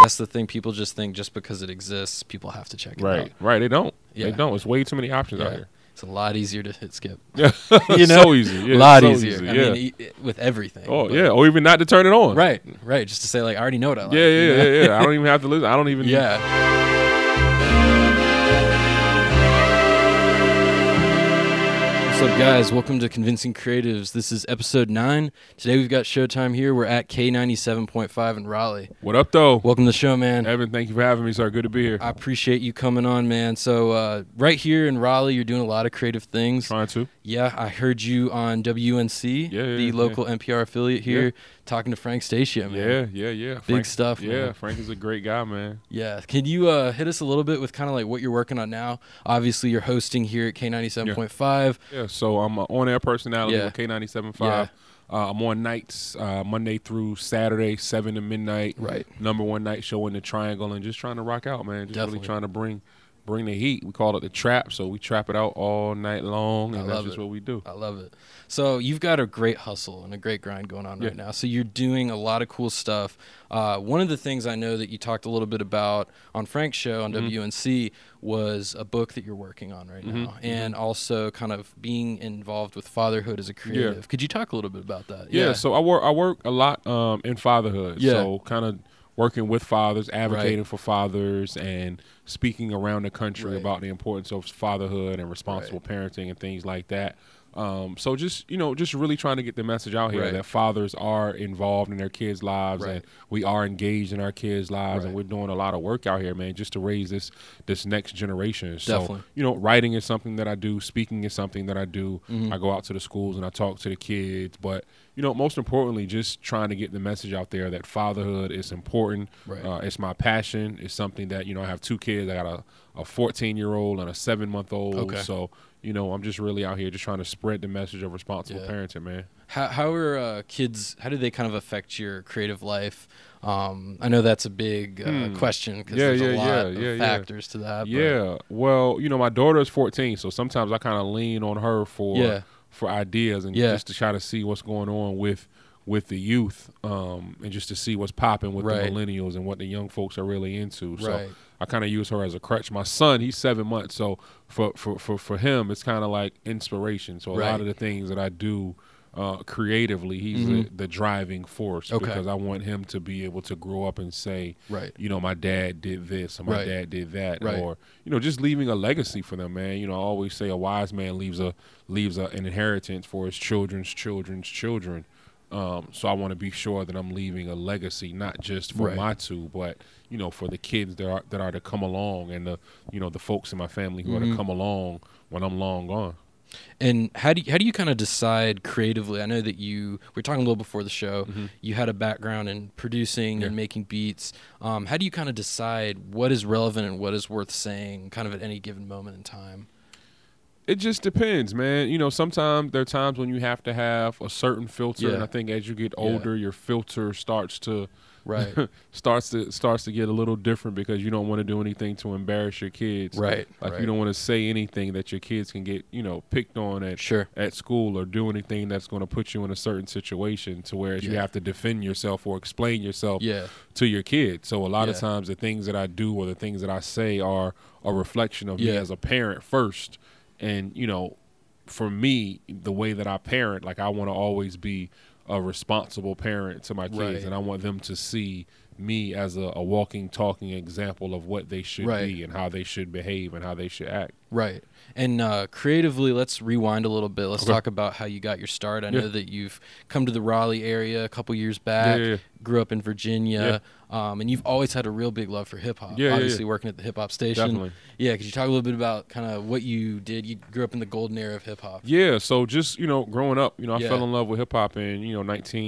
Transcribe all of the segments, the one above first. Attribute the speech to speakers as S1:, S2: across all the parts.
S1: That's the thing. People just think just because it exists, people have to check it out.
S2: Right, right. They don't.
S1: Yeah.
S2: They don't. It's way too many options out
S1: Yeah.
S2: here.
S1: It's a lot easier to hit skip.
S2: Yeah,
S1: You know?
S2: so easy. Yeah,
S1: a lot
S2: so
S1: easier.
S2: easy,
S1: I
S2: yeah.
S1: mean, e- e- with everything.
S2: oh
S1: but-
S2: yeah, or even not to turn it on.
S1: Right, right. Just to say, like, I already know what I like.
S2: Yeah,
S1: you
S2: yeah,
S1: know?
S2: yeah, yeah. I don't even have to listen. I don't even.
S1: Yeah. What's up, guys? Welcome to Convincing Creatives. This is episode nine. Today we've got Showtime here. We're at K97.5 in Raleigh.
S2: What up though,
S1: Welcome to the show, man.
S2: Evan? Thank you for having me, sir. Good to be here.
S1: I appreciate you coming on, man. So, uh, right here in Raleigh, you're doing a lot of creative things.
S2: Trying to.
S1: Yeah, I heard you on WNC,
S2: Yeah, yeah,
S1: the
S2: yeah.
S1: local NPR affiliate here, talking to Frank Stacia, man.
S2: Yeah, yeah, yeah. Big
S1: stuff,
S2: Yeah,
S1: man.
S2: Frank is a great guy, man.
S1: Yeah. Can you uh, hit us a little bit with kind of like what you're working on now? Obviously, you're hosting here at K97.5.
S2: Yeah, so I'm an on-air personality
S1: Yeah.
S2: with K97.5.
S1: Yeah.
S2: Uh, I'm on nights, uh, Monday through Saturday, 7 to midnight.
S1: Right.
S2: Number one night show in the Triangle and just trying to rock out, man. Just
S1: Definitely.
S2: really trying to bring bring the heat. We call it the trap, so we trap it out all night long,
S1: I
S2: and that's
S1: love
S2: just
S1: it.
S2: what we do.
S1: I love it. So, you've got a great hustle and a great grind going on right
S2: Yeah.
S1: now. So, you're doing a lot of cool stuff. Uh, one of the things I know that you talked a little bit about on Frank's show
S2: Mm-hmm.
S1: on WNC was a book that you're working on right now,
S2: Mm-hmm.
S1: and also kind of being involved with fatherhood as a creative. Could you talk a little bit about that?
S2: Yeah, so I work I work a lot um, in fatherhood.
S1: Yeah.
S2: So kind of working with fathers, advocating for fathers and speaking around the country
S1: Right.
S2: about the importance of fatherhood and responsible parenting and things like that. Um, so just you know, just really trying to get the message out here
S1: Right.
S2: that fathers are involved in their kids' lives
S1: Right.
S2: and we are engaged in our kids' lives and
S1: Right.
S2: we're doing a lot of work out here, man, just to raise this this next generation.
S1: Definitely.
S2: So you know, writing is something that I do. Speaking is something that I do.
S1: Mm-hmm.
S2: I go out to the schools and I talk to the kids. But you know, most importantly, just trying to get the message out there that fatherhood is important.
S1: Right.
S2: Uh, it's my passion. It's something that you know I have two kids. I got a a 14 year old and a seven month old.
S1: Okay.
S2: So you know, I'm just really out here just trying to spread the message of responsible
S1: Yeah.
S2: parenting, man.
S1: How, how are uh, kids? How do they kind of affect your creative life? Um, I know that's a big uh, question because
S2: Hmm. Yeah,
S1: there's a
S2: yeah,
S1: lot
S2: yeah,
S1: of
S2: yeah, yeah.
S1: factors to that. but-
S2: Yeah. Well, you know, my daughter is 14, so sometimes I kind of lean on her for
S1: Yeah.
S2: for ideas and
S1: Yeah.
S2: just to try to see what's going on with with the youth um, and just to see what's popping with
S1: Right.
S2: the millennials and what the young folks are really into.
S1: Right.
S2: So I kind of use her as a crutch. My son, he's seven months, so for for for, for him, it's kind of like inspiration. So a
S1: Right. Mm-hmm.
S2: lot of the things that I do. Uh, creatively, he's the, the driving force
S1: Okay.
S2: because I want him to be able to grow up and say,
S1: Right.
S2: you know, my dad did this or my
S1: Right.
S2: dad did that,
S1: Right.
S2: or you know, just leaving a legacy for them, man. You know, I always say a wise man leaves a leaves a, an inheritance for his children's children's children. Um, so I want to be sure that I'm leaving a legacy, not just for
S1: Right.
S2: my two, but you know, for the kids that are that are to come along, and the you know the folks in my family who
S1: Mm-hmm.
S2: are to come along when I'm long gone.
S1: And how do you, how do you kind of decide creatively? I know that you we were talking a little before the show. You had a background in producing and making beats. Um, how do you kind of decide what is relevant and what is worth saying, kind of at any given moment in time?
S2: It just depends, man. You know, sometimes there are times when you have to have a certain filter,
S1: Yeah.
S2: and I think as you get older, your filter starts to
S1: Right.
S2: starts to starts to get a little different because you don't want to do anything to embarrass your kids.
S1: Right,
S2: Like
S1: right.
S2: you don't want to say anything that your kids can get, you know, picked on at
S1: Sure.
S2: at school or do anything that's going to put you in a certain situation to where you
S1: Yeah.
S2: have to defend yourself or explain yourself
S1: Yeah.
S2: to your kids. So a lot
S1: Yeah.
S2: of times the things that I do or the things that I say are a reflection of me
S1: Yeah.
S2: as a parent first and, you know, for me, the way that I parent, like I want to always be a responsible parent to my kids,
S1: Right.
S2: and I want them to see me as a, a walking, talking example of what they should
S1: Right.
S2: be and how they should behave and how they should act.
S1: Right. And uh, creatively, let's rewind a little bit. Let's
S2: Okay.
S1: talk about how you got your start. I
S2: Yeah.
S1: know that you've come to the Raleigh area a couple years back,
S2: yeah, yeah.
S1: grew up in Virginia, um, and you've always had a real big love for hip hop.
S2: Yeah, yeah,
S1: Obviously,
S2: yeah.
S1: working at the hip hop station.
S2: Definitely.
S1: Yeah, could you talk a little bit about kind of what you did? You grew up in the golden era of hip hop.
S2: Yeah, so just you know, growing up, you know, I
S1: Yeah.
S2: fell in love with hip hop in you know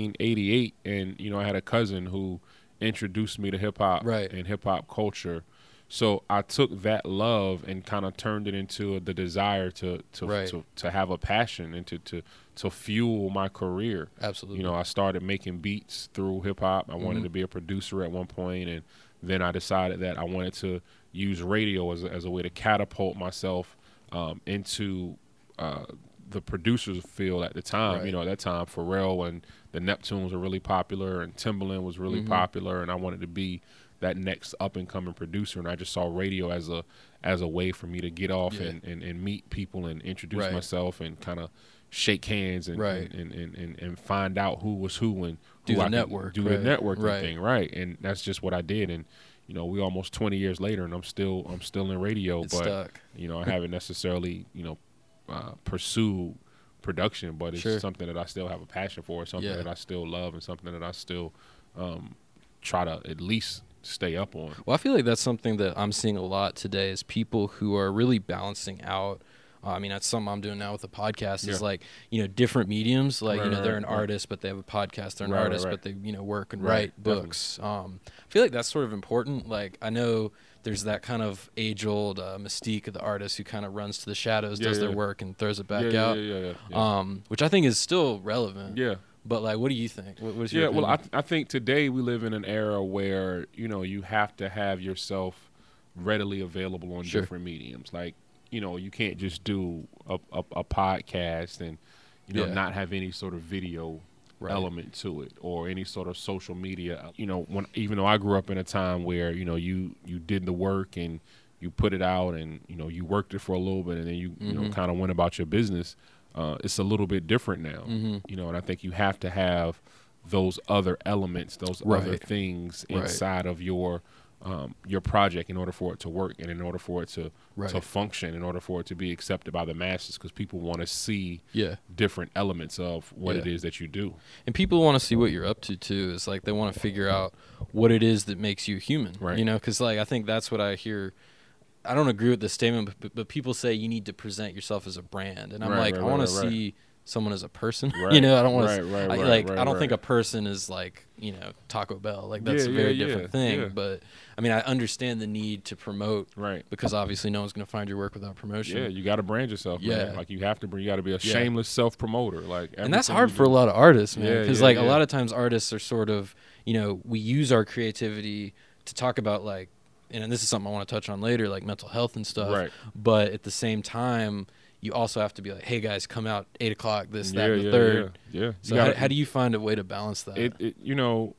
S2: 1988, and you know, I had a cousin who introduced me to hip hop
S1: Right.
S2: and hip hop culture. So I took that love and kind of turned it into the desire to to,
S1: Right.
S2: to to have a passion and to to to fuel my career.
S1: Absolutely. Mm-hmm.
S2: You know, I started making beats through hip hop. I wanted to be a producer at one point, and then I decided that I wanted to use radio as a, as a way to catapult myself um, into uh, the producer's field at the time.
S1: Right.
S2: You know, at that time,
S1: Mm-hmm.
S2: Pharrell and the Neptunes were really popular, and Timbaland was really popular, and I wanted to be that next up and coming producer and I just saw radio as a as a way for me to get off
S1: Yeah.
S2: and, and, and meet people and introduce
S1: Right.
S2: myself and kind of shake hands and,
S1: Right.
S2: and, and, and, and find out who was who and
S1: Do
S2: who
S1: the
S2: I could
S1: network,
S2: do
S1: right,
S2: the networking
S1: right.
S2: thing right and that's just what I did and you know we almost 20 years later and I'm still I'm still in radio
S1: It's
S2: but
S1: stuck.
S2: you know I haven't necessarily you know uh, pursued production but it's
S1: Sure.
S2: something that I still have a passion for something
S1: Yeah.
S2: that I still love and something that I still um, try to at least stay up on
S1: Well, I feel like that's something that I'm seeing a lot today is people who are really balancing out. uh, I mean, that's something I'm doing now with the podcast. Is
S2: Yeah.
S1: like you know different mediums. Like
S2: Right,
S1: you know
S2: right,
S1: they're
S2: right,
S1: an
S2: right.
S1: artist, but they have a podcast. They're an
S2: Right, right,
S1: artist,
S2: right.
S1: but they you know work and
S2: Right,
S1: write books. Um, I feel like that's sort of important. Like I know there's that kind of age old uh, mystique of the artist who kind of runs to the shadows,
S2: Yeah,
S1: does their
S2: yeah.
S1: work, and throws it back
S2: yeah,
S1: out.
S2: yeah yeah yeah, yeah.
S1: Um, which I think is still relevant.
S2: yeah.
S1: But like, what do you think? What, what's your
S2: yeah well I,
S1: opinion?
S2: I think today we live in an era where you know you have to have yourself readily available on
S1: Sure.
S2: different mediums like you know you can't just do a, a, a podcast and you know
S1: Yeah.
S2: not have any sort of video
S1: Right.
S2: element to it or any sort of social media you know when even though i grew up in a time where you know you you did the work and you put it out and you know you worked it for a little bit and then you you
S1: Mm-hmm.
S2: know kind of went about your business uh, it's a little bit different now
S1: Mm-hmm.
S2: you know and i think you have to have those other elements those other
S1: Right.
S2: things
S1: Right.
S2: inside of your um, your project in order for it to work and in order for it to to
S1: Right.
S2: function in order for it to be accepted by the masses because people want to see
S1: yeah.
S2: different elements of what it
S1: Yeah.
S2: is that you do
S1: and people want to see what you're up to too it's like they want to figure out what it is that makes you human
S2: Right.
S1: you know because like i think that's what i hear i don't agree with this statement but, but people say you need to present yourself as a brand and i'm
S2: Right,
S1: like
S2: right,
S1: i want
S2: right,
S1: to
S2: right.
S1: see someone as a person you
S2: Right,
S1: know i don't want
S2: right,
S1: to
S2: right,
S1: I,
S2: right,
S1: like
S2: right,
S1: i don't think
S2: right.
S1: a person is like you know taco bell like that's
S2: Yeah,
S1: a very
S2: yeah,
S1: different
S2: yeah,
S1: thing
S2: yeah.
S1: but i mean i understand the need to promote
S2: right
S1: because obviously no one's going to find your work without promotion
S2: yeah you got to brand yourself man.
S1: Yeah.
S2: like you have to br- you got to be a shameless self-promoter like
S1: and that's
S2: everything
S1: hard
S2: you
S1: for a
S2: do-
S1: lot of artists man
S2: Yeah,
S1: because
S2: yeah,
S1: like a
S2: yeah.
S1: lot of times artists are sort of you know we use our creativity to talk about like and this is something i want to touch on later like mental health and stuff
S2: Right.
S1: but at the same time you also have to be like hey guys come out eight o'clock this that
S2: yeah,
S1: and the
S2: yeah,
S1: third
S2: yeah, yeah.
S1: so
S2: You
S1: how,
S2: gotta-
S1: how do you find a way to balance that
S2: it, it you know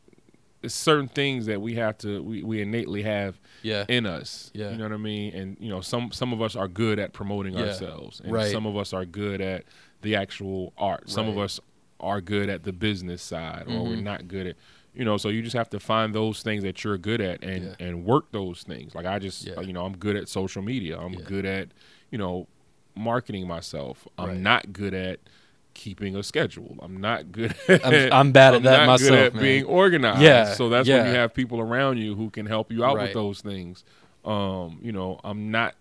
S2: it's certain things that we have to we, we innately have
S1: yeah
S2: in us
S1: Yeah.
S2: you know what i mean and you know some some of us are good at promoting
S1: Yeah.
S2: ourselves and
S1: Right.
S2: some of us are good at the actual art some of
S1: Right.
S2: us are good at the business side or we're
S1: Mhm.
S2: not good at you know so you just have to find those things that you're good at and
S1: Yeah.
S2: and work those things like i just
S1: Yeah.
S2: you know i'm good at social media i'm
S1: Yeah.
S2: good at you know marketing myself i'm
S1: Right.
S2: not good at keeping a schedule i'm not good
S1: I'm- I'm bad at that
S2: not good
S1: myself,
S2: at
S1: man.
S2: being organized
S1: Yeah,
S2: so that's when
S1: yeah.
S2: you have people around you who can help you out with
S1: Right.
S2: those things um you know i'm not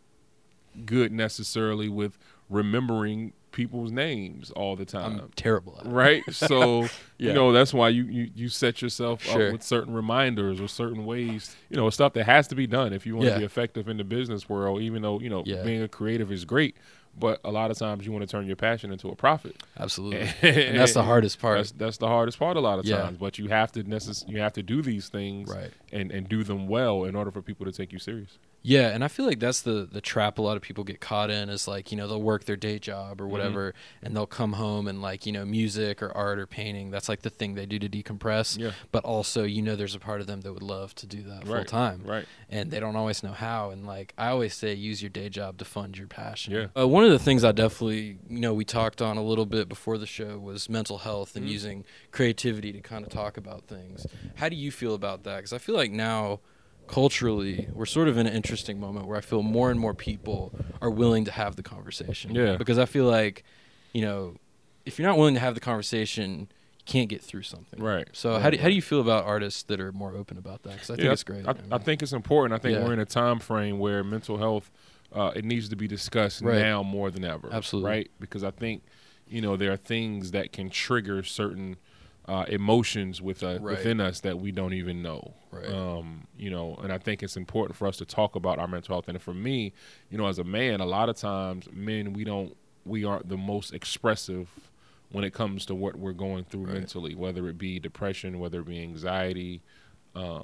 S2: good necessarily with remembering people's names all the time
S1: i'm terrible at it.
S2: right so
S1: Yeah.
S2: you know that's why you, you you set yourself
S1: Sure.
S2: up with certain reminders or certain ways you know stuff that has to be done if you want to
S1: Yeah.
S2: be effective in the business world even though you know
S1: Yeah.
S2: being a creative is great but a lot of times you want to turn your passion into a profit
S1: absolutely and that's the hardest part
S2: that's that's the hardest part a lot of
S1: Yeah.
S2: times but you have to necess- you have to do these things
S1: right
S2: and and do them well in order for people to take you serious
S1: Yeah, and I feel like that's the the trap a lot of people get caught in is like, you know, they'll work their day job
S2: Mm-hmm.
S1: or whatever and they'll come home and like, you know, music or art or painting, that's like the thing they do to decompress.
S2: Yeah.
S1: But also, you know there's a part of them that would love to do that full
S2: Right,
S1: time.
S2: right
S1: And they don't always know how. And like I always say use your day job to fund your passion.
S2: Yeah.
S1: Uh, one of the things I definitely you know, we talked on a little bit before the show was mental health and
S2: Mm-hmm.
S1: using creativity to kind of talk about things. How do you feel about that? Because I feel like now culturally we're sort of in an interesting moment where I feel more and more people are willing to have the conversation.
S2: Yeah.
S1: Because I feel like, you know, if you're not willing to have the conversation, you can't get through something.
S2: Right.
S1: So
S2: Right,
S1: how do how
S2: right.
S1: do you feel about artists that are more open about that? Because I think
S2: Yeah,
S1: it's great.
S2: I,
S1: man.
S2: I think it's important. I think
S1: Yeah.
S2: we're in a time frame where mental health uh, it needs to be discussed
S1: Right.
S2: now more than ever.
S1: Absolutely.
S2: right? Because I think you know there are things that can trigger certain uh, emotions with uh,
S1: Right.
S2: within us that we don't even know.
S1: Right.
S2: Um, you know, and I think it's important for us to talk about our mental health. And for me, you know, as a man, a lot of times men we don't we aren't the most expressive when it comes to what we're going through
S1: Right.
S2: mentally, whether it be depression, whether it be anxiety, um,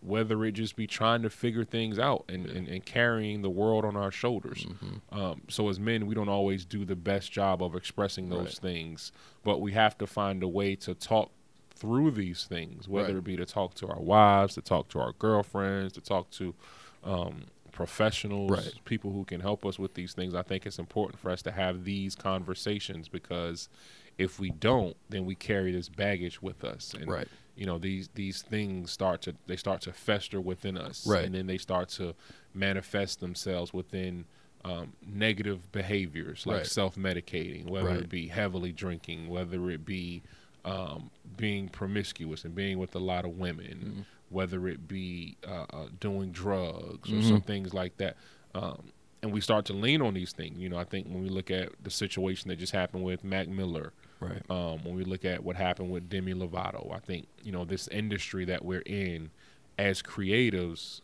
S2: whether it just be trying to figure things out and, and, and carrying the world on our shoulders.
S1: Mm-hmm.
S2: Um, so as men, we don't always do the best job of expressing those
S1: Right.
S2: things, but we have to find a way to talk through these things, whether
S1: Right.
S2: it be to talk to our wives, to talk to our girlfriends, to talk to um, professionals,
S1: Right.
S2: people who can help us with these things. I think it's important for us to have these conversations because if we don't, then we carry this baggage with us. And,
S1: Right.
S2: You know these these things start to they start to fester within us,
S1: Right.
S2: and then they start to manifest themselves within um, negative behaviors like
S1: Right.
S2: self medicating, whether
S1: Right.
S2: it be heavily drinking, whether it be um, being promiscuous and being with a lot of women,
S1: Mm-hmm.
S2: whether it be uh, uh, doing drugs
S1: Mm-hmm.
S2: or some things like that. Um, and we start to lean on these things. You know, I think when we look at the situation that just happened with Mac Miller,
S1: Right.
S2: um, when we look at what happened with Demi Lovato, I think you know this industry that we're in as creatives,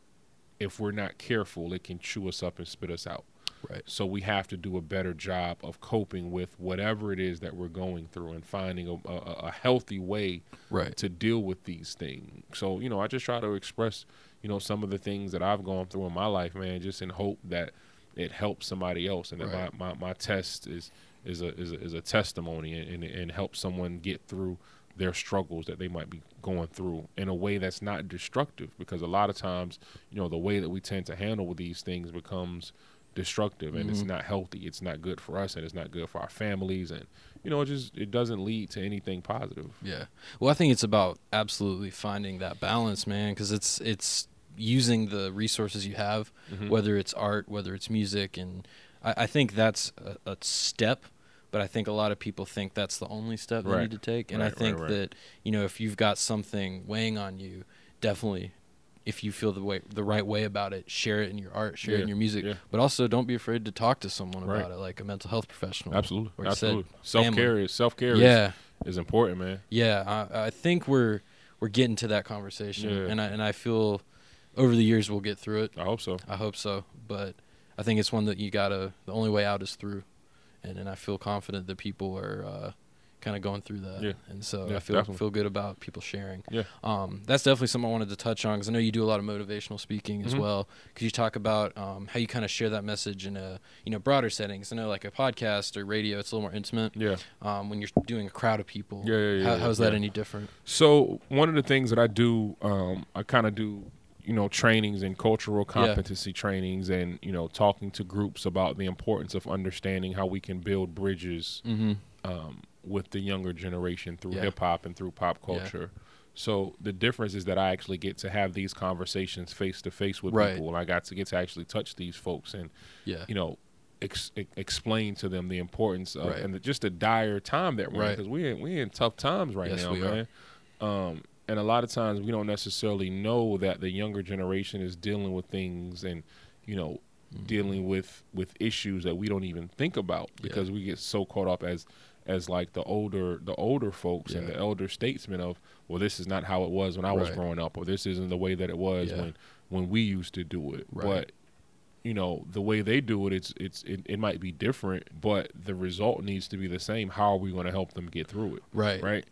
S2: if we're not careful, it can chew us up and spit us out.
S1: Right.
S2: So we have to do a better job of coping with whatever it is that we're going through and finding a, a, a healthy way
S1: Right.
S2: to deal with these things. So you know, I just try to express you know some of the things that I've gone through in my life, man, just in hope that it helps somebody else and that
S1: Right.
S2: my, my, my test is is a, is a is a testimony and, and and helps someone get through their struggles that they might be going through in a way that's not destructive because a lot of times you know the way that we tend to handle with these things becomes destructive and it's not healthy it's not good for us and it's not good for our families and you know it just it doesn't lead to anything positive
S1: Yeah. Well, I think it's about absolutely finding that balance, man, because it's it's using the resources you have,
S2: Hmm. Mm-hmm.
S1: whether it's art, whether it's music, and I, I think that's a, a step. But I think a lot of people think that's the only step you
S2: Right.
S1: need to take, and I
S2: Right, right,
S1: think
S2: right.
S1: that you know if you've got something weighing on you, definitely. If you feel the way the right way about it, share it in your art, share it
S2: Yeah,
S1: in your music,
S2: yeah.
S1: but also don't be afraid to talk to someone
S2: Right.
S1: about it, like a mental health professional.
S2: Absolutely,
S1: Or you said,
S2: absolutely. Self care
S1: family.
S2: is self care.
S1: Yeah,
S2: is, is important, man.
S1: Yeah, I, I think we're we're getting to that conversation,
S2: Yeah.
S1: and I and I feel over the years we'll get through it.
S2: I hope so.
S1: I hope so, but I think it's one that you gotta. The only way out is through, and and I feel confident that people are uh, kind of going through that,
S2: Yeah.
S1: and so
S2: Yeah,
S1: I feel
S2: definitely.
S1: feel good about people sharing.
S2: Yeah.
S1: Um, that's definitely something I wanted to touch on because I know you do a lot of motivational speaking as
S2: Mhm.
S1: well. Could you talk about um, how you kind of share that message in a you know broader settings? I know like a podcast or radio, it's a little more intimate.
S2: Yeah.
S1: Um, when you're doing a crowd of people,
S2: Yeah, yeah, yeah,
S1: how,
S2: yeah,
S1: how's that
S2: yeah.
S1: any different?
S2: So one of the things that I do, um, I kind of do, you know, trainings and cultural competency trainings, and you know, talking to groups about the importance of understanding how we can build bridges
S1: Mm-hmm.
S2: um, with the younger generation through
S1: Yeah.
S2: hip hop and through pop
S1: Yeah.
S2: culture. So the difference is that I actually get to have these conversations face to face with
S1: Right.
S2: people, and I got to get to actually touch these folks and
S1: Yeah.
S2: you know ex- ex- explain to them the importance of
S1: Right.
S2: and the, just the dire time that we're in
S1: Right.
S2: because we in, we in tough times right
S1: Yes,
S2: now,
S1: we are.
S2: man. Um, and a lot of times we don't necessarily know that the younger generation is dealing with things and you know dealing with with issues that we don't even think about
S1: Mm-hmm. Yeah.
S2: because we get so caught up as as like the older the older folks and
S1: Yeah.
S2: the elder statesmen of well this is not how it was when I was
S1: Right.
S2: growing up or this isn't the way that it was
S1: Yeah.
S2: when when we used to do it
S1: Right.
S2: but you know the way they do it it's it's it, it might be different but the result needs to be the same how are we going to help them get through it
S1: Right.
S2: right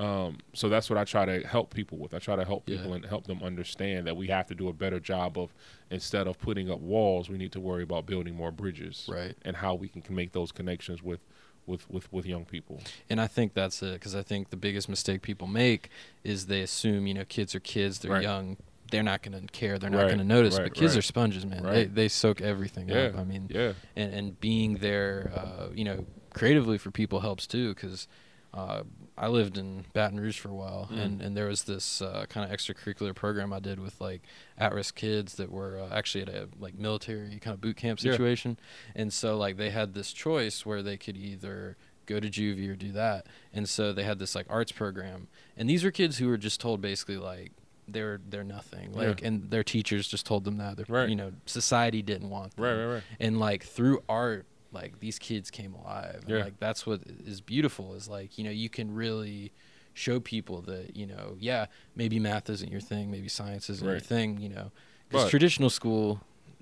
S2: um so that's what i try to help people with i try to help
S1: Yeah.
S2: people and help them understand that we have to do a better job of instead of putting up walls we need to worry about building more bridges
S1: Right.
S2: and how we can, can make those connections with with with with young people
S1: And I think that's it because I think the biggest mistake people make is they assume, you know, kids are kids, they're
S2: Right.
S1: young, they're not going to care, they're not
S2: Right,
S1: going to notice.
S2: right,
S1: but kids
S2: right.
S1: are sponges, man. They,
S2: Right.
S1: they soak everything
S2: yeah
S1: up. I mean,
S2: yeah
S1: and, and being there, uh, you know, creatively for people helps too because uh, I lived in Baton Rouge for a while,
S2: Mm.
S1: and, and there was this uh, kind of extracurricular program I did with like at-risk kids that were uh, actually at a like military kind of boot camp
S2: Yeah.
S1: situation, and so like they had this choice where they could either go to juvie or do that, and so they had this like arts program, and these were kids who were just told basically like they're they're nothing,
S2: Yeah.
S1: like and their teachers just told them that, their,
S2: Right.
S1: you know, society didn't want them
S2: right right right
S1: and like through art like these kids came alive And,
S2: Yeah.
S1: like that's what is beautiful is like you know you can really show people that you know yeah maybe math isn't your thing maybe science isn't your
S2: Right.
S1: thing you know because
S2: But-
S1: traditional school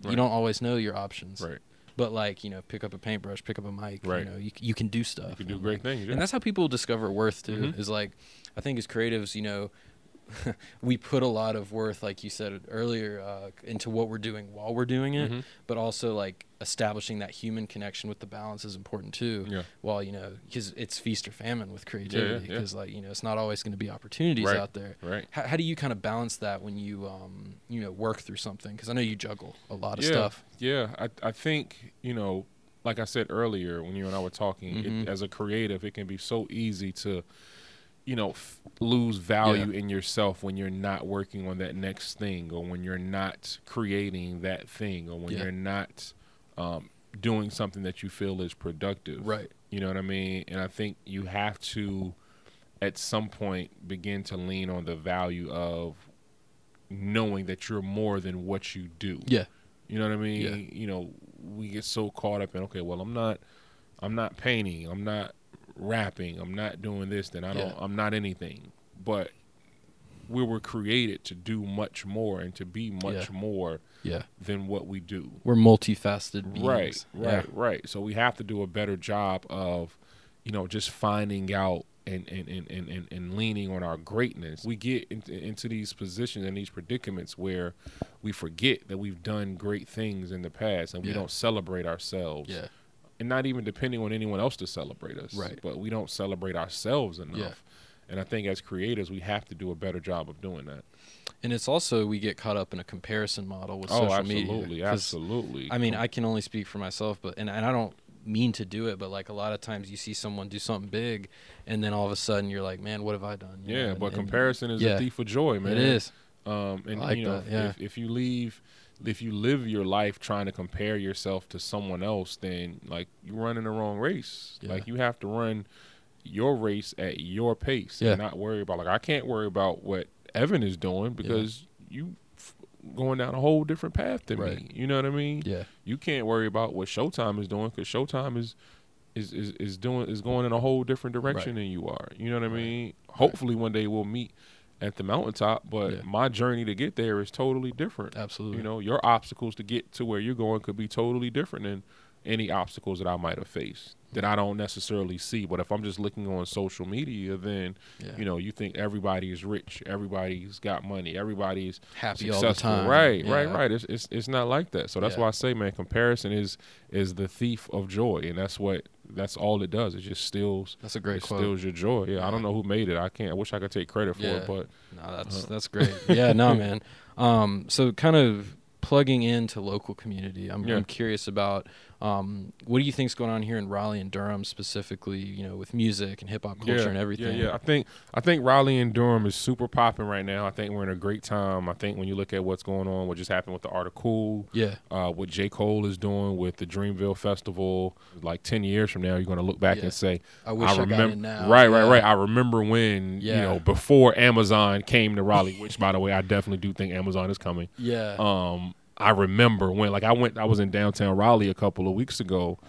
S2: Right.
S1: you don't always know your options
S2: right
S1: but like you know pick up a paintbrush pick up a mic
S2: Right.
S1: you know you, c- you can do stuff
S2: you can do
S1: And,
S2: great things yeah.
S1: and that's how people discover worth too.
S2: Mhm.
S1: Is like, I think as creatives, you know, we put a lot of worth, like you said earlier, uh, into what we're doing while we're doing it,
S2: Mhm.
S1: but also like establishing that human connection with the balance is important too.
S2: Yeah.
S1: While you know, because it's feast or famine with creativity,
S2: yeah.
S1: because like you know, it's not always going to be opportunities
S2: Right.
S1: out there.
S2: Right.
S1: How, how do you kind of balance that when you um, you know work through something? Because I know you juggle a lot of
S2: yeah,
S1: stuff.
S2: Yeah, I I think you know, like I said earlier when you and I were talking,
S1: Mhm.
S2: it, as a creative, it can be so easy to, you know, f- lose value in yourself when you're not working on that next thing, or when you're not creating that thing, or when
S1: Yeah.
S2: you're not um, doing something that you feel is productive.
S1: Right.
S2: You know what I mean? And I think you have to, at some point, begin to lean on the value of knowing that you're more than what you do.
S1: Yeah.
S2: You know what I mean?
S1: Yeah.
S2: You know, we get so caught up in okay, well, I'm not, I'm not painting, I'm not rapping, I'm not doing this, then I don't,
S1: Yeah.
S2: I'm not anything. But we were created to do much more and to be much more
S1: Yeah.
S2: than what we do.
S1: We're multifaceted beings.
S2: Right,
S1: Yeah.
S2: right, right. So we have to do a better job of, you know, just finding out and and, and, and, and, and leaning on our greatness. We get into, into these positions and these predicaments where we forget that we've done great things in the past and we
S1: Yeah.
S2: don't celebrate ourselves.
S1: Yeah.
S2: And not even depending on anyone else to celebrate us.
S1: Right.
S2: But we don't celebrate ourselves enough.
S1: Yeah.
S2: And I think as creators, we have to do a better job of doing that.
S1: And it's also we get caught up in a comparison model with
S2: Oh,
S1: social
S2: absolutely,
S1: media. 'cause,
S2: absolutely.
S1: I mean, I can only speak for myself, but and, and I don't mean to do it, but like a lot of times you see someone do something big, and then all of a sudden you're like, man, what have I done? You
S2: yeah,
S1: know,
S2: but
S1: and- and
S2: comparison is
S1: yeah.
S2: a thief of joy, man.
S1: It is.
S2: Um, and
S1: I like
S2: you know,
S1: that, yeah.
S2: if, if you leave, if you live your life trying to compare yourself to someone else, then like you're running the wrong race.
S1: Yeah.
S2: Like you have to run your race at your pace
S1: Yeah.
S2: and not worry about like I can't worry about what Evan is doing because you f- going down a whole different path than me.
S1: Right.
S2: You know what I mean?
S1: Yeah.
S2: You can't worry about what Showtime is doing because Showtime is. Is, is, is doing is going in a whole different direction than you are. You know what I
S1: Right.
S2: mean? Hopefully one day we'll meet at the mountaintop, but
S1: Yeah.
S2: my journey to get there is totally different.
S1: Absolutely.
S2: You know, your obstacles to get to where you're going could be totally different than any obstacles that I might have faced that I don't necessarily see. But if I'm just looking on social media, then
S1: Yeah.
S2: you know, you think everybody is rich, everybody's got money, everybody's
S1: happy all
S2: successful.
S1: the time.
S2: Right,
S1: Yeah.
S2: right, right. It's, it's it's not like that. So that's
S1: Yeah.
S2: why I say, man, comparison is is the thief of joy, and that's what that's all it does. It just steals.
S1: That's a great
S2: it
S1: quote.
S2: steals your joy. Yeah,
S1: Yeah.
S2: I don't know who made it. I can't. I wish I could take credit for
S1: Yeah.
S2: it, but
S1: No,
S2: uh-huh.
S1: that's that's great. Yeah, no, man. Um, so kind of plugging into local community, I'm,
S2: Yeah.
S1: I'm curious about um, what do you think's going on here in Raleigh and Durham specifically? You know, with music and hip hop culture and everything.
S2: Yeah, yeah. I think I think Raleigh and Durham is super popping right now. I think we're in a great time. I think when you look at what's going on, what just happened with the article,
S1: Yeah.
S2: uh, what J. Cole is doing with the Dreamville Festival, like ten years from now, you're gonna look back
S1: Yeah.
S2: and say,
S1: I wish I, got
S2: remember."
S1: in now.
S2: Right, right,
S1: Yeah.
S2: right. I remember when you
S1: Yeah.
S2: know before Amazon came to Raleigh, which by the way, I definitely do think Amazon is coming.
S1: Yeah.
S2: um I remember when like I went I was in downtown Raleigh a couple of weeks ago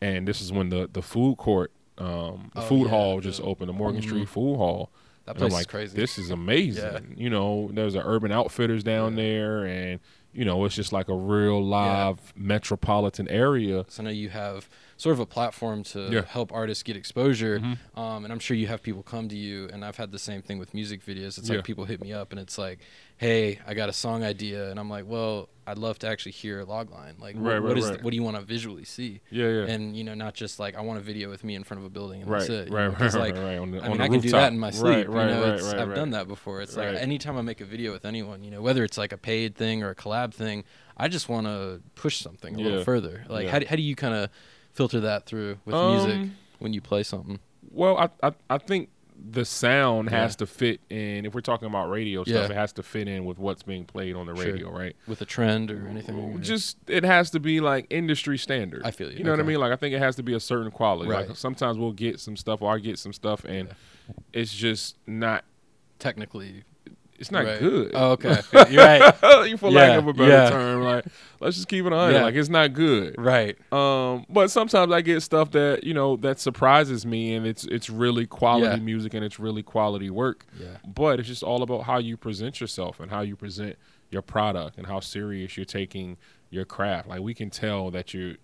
S2: and this is when the the food court um the
S1: Oh,
S2: food
S1: yeah,
S2: hall
S1: the-
S2: just opened the Morgan
S1: Mhm.
S2: Street food hall
S1: that
S2: and I'm
S1: place
S2: like
S1: is crazy.
S2: this is amazing
S1: Yeah.
S2: you know there's an Urban Outfitters down
S1: Yeah.
S2: there and you know it's just like a real live metropolitan area
S1: So I know you have sort of a platform to
S2: Yeah. Mm-hmm.
S1: help artists get exposure, um, and I'm sure you have people come to you. And I've had the same thing with music videos. It's
S2: Yeah.
S1: like people hit me up, and it's like, "Hey, I got a song idea," and I'm like, "Well, I'd love to actually hear a log line. Like, wh-
S2: Right, right,
S1: what is
S2: right.
S1: what do you want to visually see?"
S2: yeah yeah
S1: And you know, not just like I want a video with me in front of a building and
S2: right
S1: that's it. you
S2: right
S1: know,
S2: right,
S1: 'cause,
S2: right
S1: like,
S2: right on the,
S1: I
S2: on
S1: mean,
S2: the
S1: I can do
S2: rooftop.
S1: that in my sleep.
S2: right right
S1: you know,
S2: right
S1: it's,
S2: right
S1: I've
S2: right.
S1: done that before. It's
S2: Right.
S1: like anytime I make a video with anyone, you know, whether it's like a paid thing or a collab thing, I just want to push something a
S2: Yeah.
S1: little further. Like,
S2: Yeah.
S1: how, do- how do you kind of filter that through with music
S2: Um,
S1: when you play something?
S2: Well, I I, I think the sound
S1: Yeah.
S2: has to fit in. If we're talking about radio stuff,
S1: Yeah.
S2: it has to fit in with what's being played on the
S1: Sure.
S2: radio, right?
S1: With a trend or anything? you're
S2: Well,
S1: gonna-
S2: Just it has to be like industry standard.
S1: I feel you.
S2: You know what I
S1: Okay.
S2: mean? Like I think it has to be a certain quality. Like
S1: Right.
S2: sometimes we'll get some stuff, or I get some stuff, and it's just not.
S1: technically.
S2: It's not
S1: right.
S2: good.
S1: Oh, okay. You're right.
S2: you for lack
S1: Yeah,
S2: of a better
S1: yeah.
S2: term, like let's just keep it on.
S1: Yeah.
S2: Like it's not good.
S1: Right.
S2: Um, but sometimes I get stuff that you know that surprises me, and it's it's really quality
S1: Yeah.
S2: music and it's really quality work.
S1: Yeah.
S2: But it's just all about how you present yourself and how you present your product and how serious you're taking your craft. Like we can tell that you're,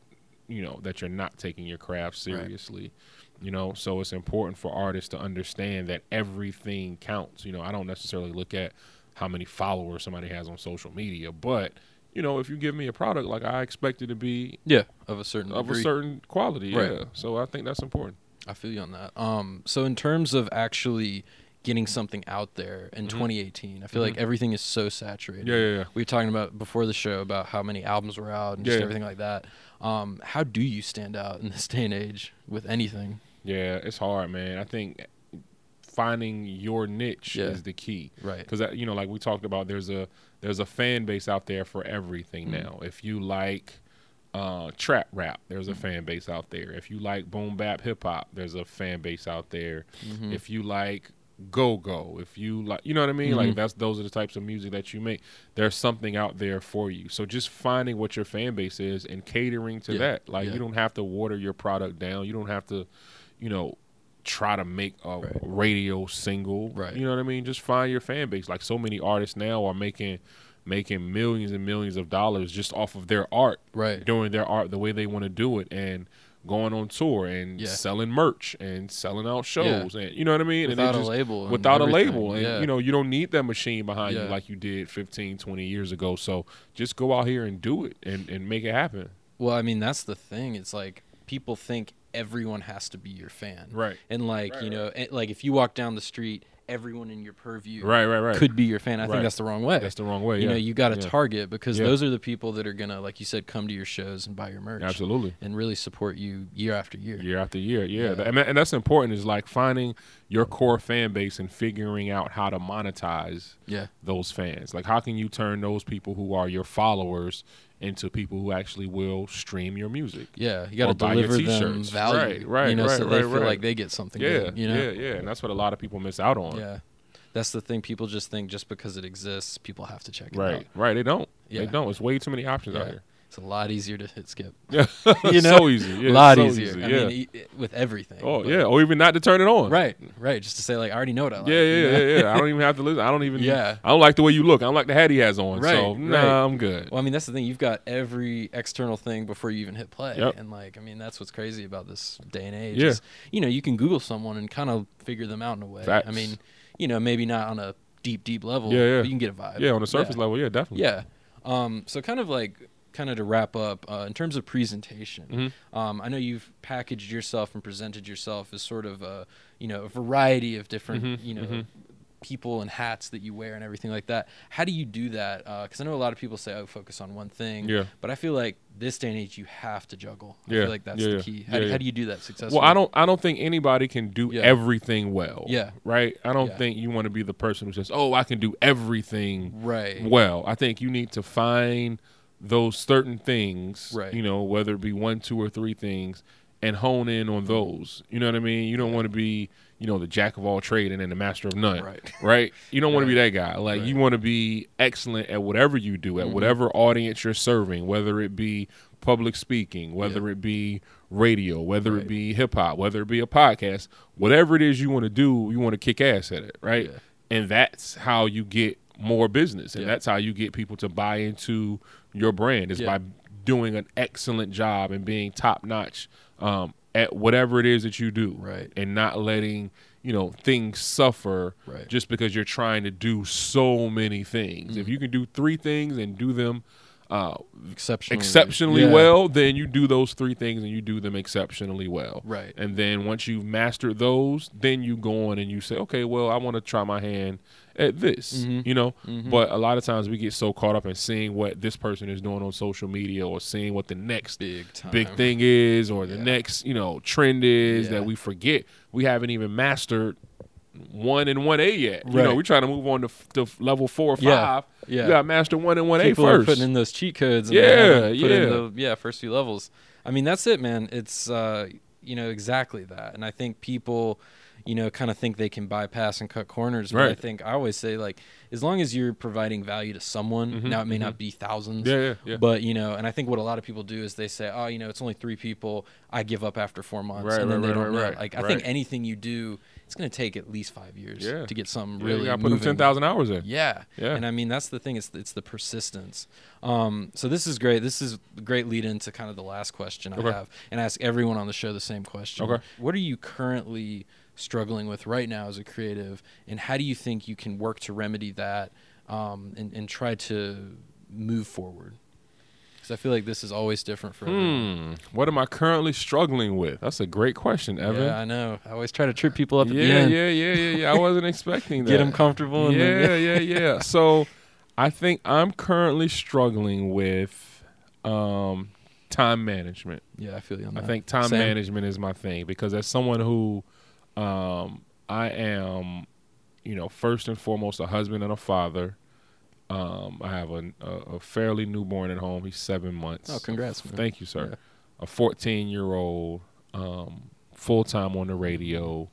S2: you know, that you're not taking your craft seriously. you know so it's important for artists to understand that everything counts you know i don't necessarily look at how many followers somebody has on social media but you know if you give me a product like i expect it to be
S1: Yeah, of a certain
S2: of a
S1: degree.
S2: certain quality
S1: Right.
S2: yeah so i think that's important
S1: I feel you on that. Um, so in terms of actually getting something out there in 2018, I feel like everything is so saturated.
S2: Mm-hmm. Yeah, yeah, yeah.
S1: We were talking about before the show about how many albums were out and
S2: Yeah,
S1: just
S2: yeah.
S1: everything like that. Um, how do you stand out in this day and age with anything?
S2: yeah it's hard man i think finding your niche
S1: Yeah.
S2: is the key
S1: Right.
S2: because you know like we talked about there's a there's a fan base out there for everything now if you like uh, trap rap there's a fan base out there if you like boom bap hip hop there's a fan base out there
S1: Mm-hmm.
S2: if you like go go if you like you know what i mean
S1: Mm-hmm.
S2: like that's those are the types of music that you make there's something out there for you so just finding what your fan base is and catering to
S1: Yeah.
S2: that like
S1: Yeah.
S2: you don't have to water your product down you don't have to you know try to make a
S1: Right.
S2: radio single
S1: Right.
S2: you know what i mean just find your fan base like so many artists now are making making millions and millions of dollars just off of their art
S1: Right.
S2: doing their art the way they want to do it and going on tour and
S1: Yeah.
S2: selling merch and selling out shows and you know what i mean and it
S1: Without a
S2: just-
S1: label and
S2: without
S1: everything.
S2: a label and
S1: Yeah.
S2: you know you don't need that machine behind
S1: Yeah.
S2: you like you did 15 20 years ago so just go out here and do it and, and make it happen
S1: Well, I mean, that's the thing. It's like people think everyone has to be your fan.
S2: Right.
S1: And like,
S2: Right,
S1: you
S2: right.
S1: know, and, like if you walk down the street, everyone in your purview
S2: right right right
S1: could be your fan. I think
S2: Right.
S1: that's the wrong way.
S2: that's the wrong way
S1: you know,
S2: yeah.
S1: you got to
S2: Yeah.
S1: target because
S2: Yeah.
S1: those are the people that are going to, like you said, come to your shows and buy your merch
S2: absolutely
S1: and really support you year after year.
S2: year after year. Yeah,
S1: Yeah.
S2: Th- and, that- and that's important. Is like finding your core fan base and figuring out how to monetize
S1: Yeah.
S2: those fans. Like, how can you turn those people who are your followers into people who actually will stream your music?
S1: Yeah. You got to
S2: Or buy your
S1: deliver them
S2: t-shirts.
S1: value.
S2: Right, right,
S1: You know,
S2: right,
S1: so they
S2: right,
S1: feel
S2: right.
S1: like they get something.
S2: Yeah,
S1: good, you know?
S2: yeah, yeah. And that's what a lot of people miss out on.
S1: Yeah. That's the thing. People just think just because it exists, people have to check it out.
S2: Right, right. They don't.
S1: Yeah.
S2: They don't. It's way too many options out
S1: Yeah.
S2: here.
S1: It's a lot easier to hit skip.
S2: Yeah,
S1: You know?
S2: so easy. Yeah,
S1: a lot
S2: so
S1: easier.
S2: easy,
S1: I
S2: yeah.
S1: mean, e- with everything.
S2: oh
S1: but-
S2: yeah, or even not to turn it on.
S1: Right. Right. Just to say, like, I already know what I like.
S2: Yeah,
S1: you know?
S2: yeah, yeah, yeah. I don't even have to listen. I don't even.
S1: Yeah.
S2: I don't like the way you look. I don't like the hat he has on.
S1: Right,
S2: So
S1: right.
S2: nah, I'm good.
S1: Well, I mean, that's the thing. You've got every external thing before you even hit play.
S2: Yep.
S1: And, like, I mean, that's what's crazy about this day and age.
S2: Yeah.
S1: Is, you know, you can Google someone and kind of figure them out in a way. I
S2: Facts.
S1: mean, you know, maybe not on a deep, deep level,
S2: Yeah, yeah.
S1: but you can get a vibe.
S2: Yeah, on the surface level, yeah, definitely.
S1: Yeah. Um, so, kind of like, kind of to wrap up, uh, in terms of presentation,
S2: Mm-hmm.
S1: um, I know you've packaged yourself and presented yourself as sort of a, you know, a variety of different,
S2: Mm-hmm.
S1: you know, people and hats that you wear and everything like that. How do you do that? Because I know a lot of people say, "Oh, focus on one thing."
S2: Yeah.
S1: But I feel like this day and age, you have to juggle. I
S2: Yeah,
S1: feel like that's
S2: yeah,
S1: the
S2: yeah,
S1: key. How,
S2: yeah,
S1: do,
S2: yeah.
S1: how do you do that successfully?
S2: Well, I don't. I don't think anybody can do
S1: Yeah.
S2: everything well.
S1: Yeah.
S2: Right. I don't
S1: Yeah.
S2: think you want to be the person who says, "Oh, I can do everything
S1: Right.
S2: well." I think you need to find those certain things.
S1: Right.
S2: You know, whether it be one, two, or three things, and hone in on those. You know what I mean? You don't want to be, you know, the jack of all trade and then the master of none.
S1: Right.
S2: Right. You don't want to be
S1: Right.
S2: that guy. Like
S1: Right. Mm-hmm.
S2: you want to be excellent at whatever you do, at whatever audience you're serving, whether it be public speaking, whether it be radio, whether
S1: Right.
S2: it be hip hop, whether it be a podcast, whatever it is you want to do, you want to kick ass at it, right?
S1: Yeah.
S2: And that's how you get more business, and
S1: Yeah.
S2: that's how you get people to buy into your brand is
S1: Yeah.
S2: by doing an excellent job and being top notch um, at whatever it is that you do,
S1: Right.
S2: And not letting you know things suffer
S1: Right.
S2: just because you're trying to do so many things.
S1: Mm.
S2: If you can do three things and do them uh,
S1: Exceptionally.
S2: exceptionally
S1: Yeah.
S2: well, then you do those three things and you do them exceptionally well.
S1: Right.
S2: And then once you've mastered those, then you go on and you say, okay, well, I want to try my hand at this,
S1: Mm-hmm.
S2: you know? But a lot of times we get so caught up in seeing what this person is doing on social media or seeing what the next
S1: Big time.
S2: big thing is or the
S1: Uh, Yeah.
S2: next you know trend is
S1: Yeah.
S2: that we forget we haven't even mastered one and one A yet. You know
S1: Right.
S2: we're trying to move on to, f- to f- level four or five.
S1: Yeah. Yeah.
S2: You got to master one and one A
S1: people are
S2: first.
S1: putting in those cheat codes. And
S2: Yeah,
S1: they haven't put in
S2: yeah.
S1: the, yeah. First few levels. I mean, that's it, man. It's uh, you know exactly that, and I think people, you know, kind of think they can bypass and cut corners. But I
S2: Right.
S1: think I always say like, as long as you're providing value to someone, now it may not be thousands,
S2: Mm-hmm, Yeah, yeah, yeah.
S1: but you know, and I think what a lot of people do is they say, oh, you know, it's only three people. I give up after four months,
S2: Right,
S1: and then
S2: right,
S1: they
S2: right,
S1: don't
S2: right,
S1: know.
S2: right,
S1: Like I think
S2: right.
S1: anything you do, it's going to take at least five years
S2: Yeah.
S1: to get something
S2: Really,
S1: really.
S2: you gotta put them
S1: moving.
S2: ten thousand hours in.
S1: Yeah.
S2: Yeah.
S1: And I mean, that's the thing. It's it's the persistence. Um, so this is great. This is a great lead into kind of the last question
S2: Okay.
S1: I have, and I ask everyone on the show the same question.
S2: Okay.
S1: What are you currently struggling with right now as a creative, and how do you think you can work to remedy that um, and and try to move forward? Because I feel like this is always different for everyone.
S2: Hmm. What am I currently struggling with? That's a great question, Evan.
S1: Yeah, I know. I always try to trip people up at the
S2: yeah,
S1: end,
S2: yeah, yeah, yeah, yeah. I wasn't expecting that.
S1: get them comfortable, and then-
S2: Yeah, yeah, yeah. So I think I'm currently struggling with um, time management.
S1: yeah, I feel you on
S2: I
S1: that.
S2: think time
S1: Same.
S2: management is my thing because as someone who um, I am, you know, first and foremost a husband and a father. Um, I have a, a, a fairly newborn at home. He's seven months.
S1: Oh, congrats, man.
S2: Thank you, sir. A 14 year old, um, full time on the radio,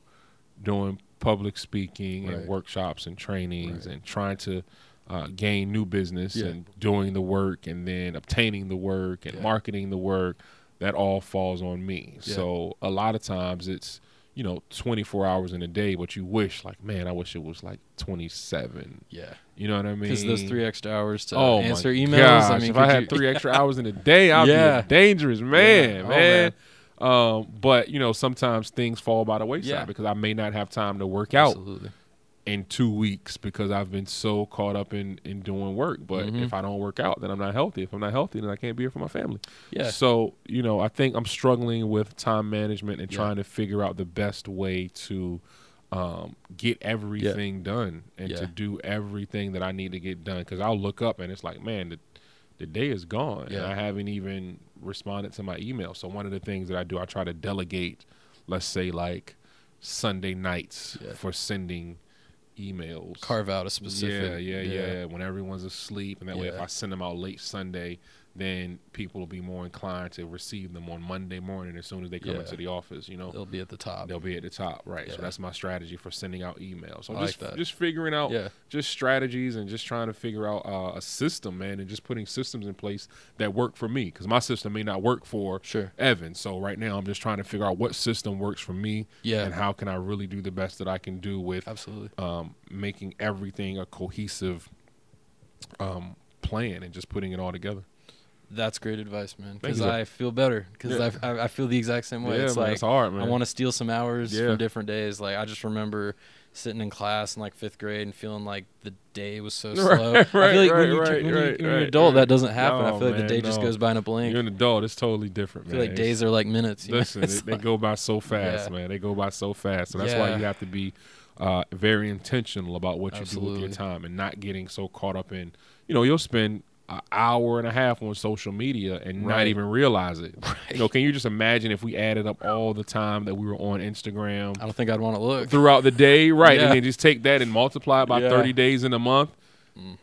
S2: doing public speaking
S1: Right.
S2: and workshops and trainings and trying to uh, gain new business
S1: Yeah.
S2: and doing the work and then obtaining the work and
S1: Yeah.
S2: marketing the work. That all falls on me.
S1: Yeah.
S2: So a lot of times it's, you know, 24 hours in a day, but you wish, like, man, I wish it was like 27.
S1: Yeah.
S2: You know what I mean?
S1: Because those three extra hours to
S2: oh
S1: answer
S2: my
S1: emails.
S2: Gosh,
S1: I mean,
S2: if I
S1: could
S2: had
S1: you-
S2: three extra hours in a day, I'd
S1: Yeah.
S2: be a dangerous man,
S1: Oh,
S2: man.
S1: man.
S2: Um, but you know, sometimes things fall by the wayside
S1: Yeah.
S2: because I may not have time to work out
S1: Absolutely.
S2: in two weeks because I've been so caught up in in doing work. But
S1: Mhm.
S2: if I don't work out, then I'm not healthy. If I'm not healthy, then I can't be here for my family.
S1: Yeah.
S2: So you know, I think I'm struggling with time management and
S1: Yeah.
S2: trying to figure out the best way to um, get everything done and to
S1: Yeah.
S2: do everything that I need to get done. Because I'll look up and it's like, man, the, the day is gone, and
S1: Yeah.
S2: I haven't even responded to my email. So one of the things that I do, I try to delegate. Let's say like Sunday nights
S1: Yeah.
S2: for sending emails.
S1: Carve out a specific.
S2: Yeah, yeah, yeah, When everyone's asleep, and that way, if
S1: Yeah.
S2: I send them out late Sunday, then people will be more inclined to receive them on Monday morning as soon as they come
S1: Yeah.
S2: into the office. You know,
S1: It'll be at the top.
S2: they'll be at the top, right? So
S1: Yeah.
S2: that's my strategy for sending out emails. So
S1: I like
S2: just
S1: that.
S2: just figuring out
S1: Yeah.
S2: just strategies and just trying to figure out uh, a system, man, and just putting systems in place that work for me because my system may not work for
S1: Sure.
S2: Evan. So right now, I'm just trying to figure out what system works for me,
S1: Yeah.
S2: and how can I really do the best that I can do with
S1: Absolutely.
S2: um, making everything a cohesive um, plan and just putting it all together.
S1: That's great advice, man.
S2: Thank
S1: Because
S2: you, sir.
S1: I feel better. Because
S2: Yeah.
S1: I, I feel the exact same way.
S2: yeah,
S1: it's
S2: man,
S1: like
S2: it's hard, man.
S1: I want to steal some hours
S2: Yeah.
S1: from different days. Like I just remember sitting in class in like fifth grade and feeling like the day was so
S2: Right,
S1: slow. I feel
S2: right,
S1: like when, you,
S2: right, right,
S1: when, you,
S2: right,
S1: when you're
S2: right,
S1: an adult,
S2: right.
S1: that doesn't happen. I
S2: No,
S1: feel like
S2: man,
S1: the day just
S2: no.
S1: goes by in a blink.
S2: You're an adult. It's totally different,
S1: I
S2: man.
S1: feel like
S2: It's-
S1: days are like minutes. you know?
S2: Listen,
S1: It's
S2: they, they
S1: like-
S2: go by so fast,
S1: Yeah.
S2: man. They go by so fast. So that's why
S1: Yeah.
S2: you have to be uh, very intentional about what you do with
S1: Absolutely.
S2: your time and not getting so caught up in, you know, you'll spend an hour and a half on social media and not
S1: Right.
S2: even realize it. You know, can you just imagine if we added up all the time that we were on Instagram
S1: I don't think I'd want to look.
S2: throughout the day, right?
S1: Yeah.
S2: And then just take that and multiply it by
S1: Yeah. Mm.
S2: 30 days in a month.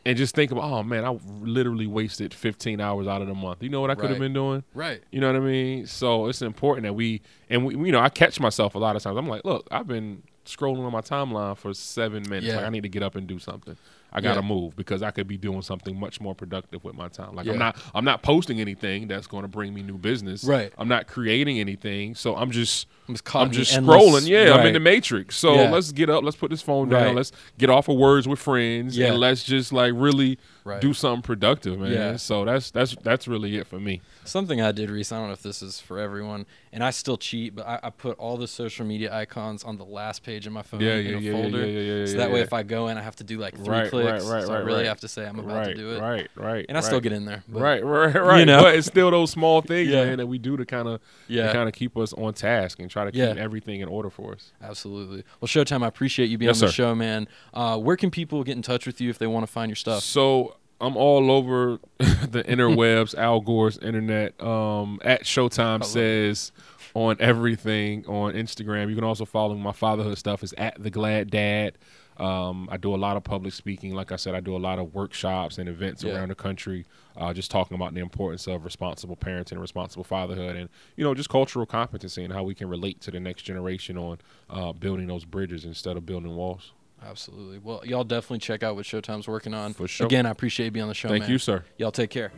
S2: And just think about, oh man, I literally wasted 15 hours out of the month. You know what I could have
S1: Right.
S2: been doing?
S1: Right.
S2: You know what I mean? So it's important that we and we, you know, I catch myself a lot of times. I'm like, look, I've been scrolling on my timeline for seven minutes.
S1: Yeah.
S2: Like I need to get up and do something. I gotta
S1: Yeah.
S2: move because I could be doing something much more productive with my time. Like I'm
S1: Yeah.
S2: not, I'm not posting anything that's going to bring me new business.
S1: Right.
S2: I'm not creating anything, so I'm just,
S1: I'm just, caught
S2: I'm
S1: in the
S2: just
S1: endless-
S2: scrolling. Yeah, I'm in
S1: Right.
S2: the matrix. So
S1: Yeah.
S2: let's get up. Let's put this phone down.
S1: Right.
S2: Let's get off of words with friends,
S1: Yeah.
S2: and let's just like really
S1: Right.
S2: do something productive, man.
S1: Yeah.
S2: So that's that's that's really it for me.
S1: Something I did recently, I don't know if this is for everyone, and I still cheat, but I, I put all the social media icons on the last page of my phone
S2: Yeah,
S1: in
S2: yeah,
S1: a
S2: yeah,
S1: folder.
S2: yeah, yeah, yeah,
S1: so that
S2: yeah,
S1: way,
S2: yeah.
S1: if I go in, I have to do like three
S2: Right, right,
S1: clicks.
S2: right,
S1: so I
S2: right,
S1: really
S2: right.
S1: have to say I'm about
S2: right,
S1: to do it.
S2: Right, right,
S1: And I
S2: right.
S1: still get in there. but-
S2: right, right, right. You know?
S1: know?
S2: But it's still those small things,
S1: Yeah.
S2: man, that we do to kind of
S1: Yeah.
S2: kind of keep us on task and try to keep
S1: Yeah.
S2: everything in order for us.
S1: Absolutely. Well, Showtime, I appreciate you being
S2: Yes,
S1: on the
S2: sir.
S1: show, man. Uh, where can people get in touch with you if they want to find your stuff?
S2: So I'm all over the interwebs, Al Gore's internet. Um, at Showtime
S1: it.
S2: says on everything on Instagram. You can also follow my fatherhood stuff is at the Glad Dad. Um, I do a lot of public speaking. Like I said, I do a lot of workshops and events
S1: Yeah.
S2: around the country, uh, just talking about the importance of responsible parenting, responsible fatherhood, and you know, just cultural competency and how we can relate to the next generation on uh, building those bridges instead of building walls.
S1: Absolutely. Well, y'all definitely check out what Showtime's working on.
S2: For sure.
S1: Again, I appreciate you being on the show.
S2: Thank
S1: Oh, man.
S2: you, sir.
S1: Y'all take care.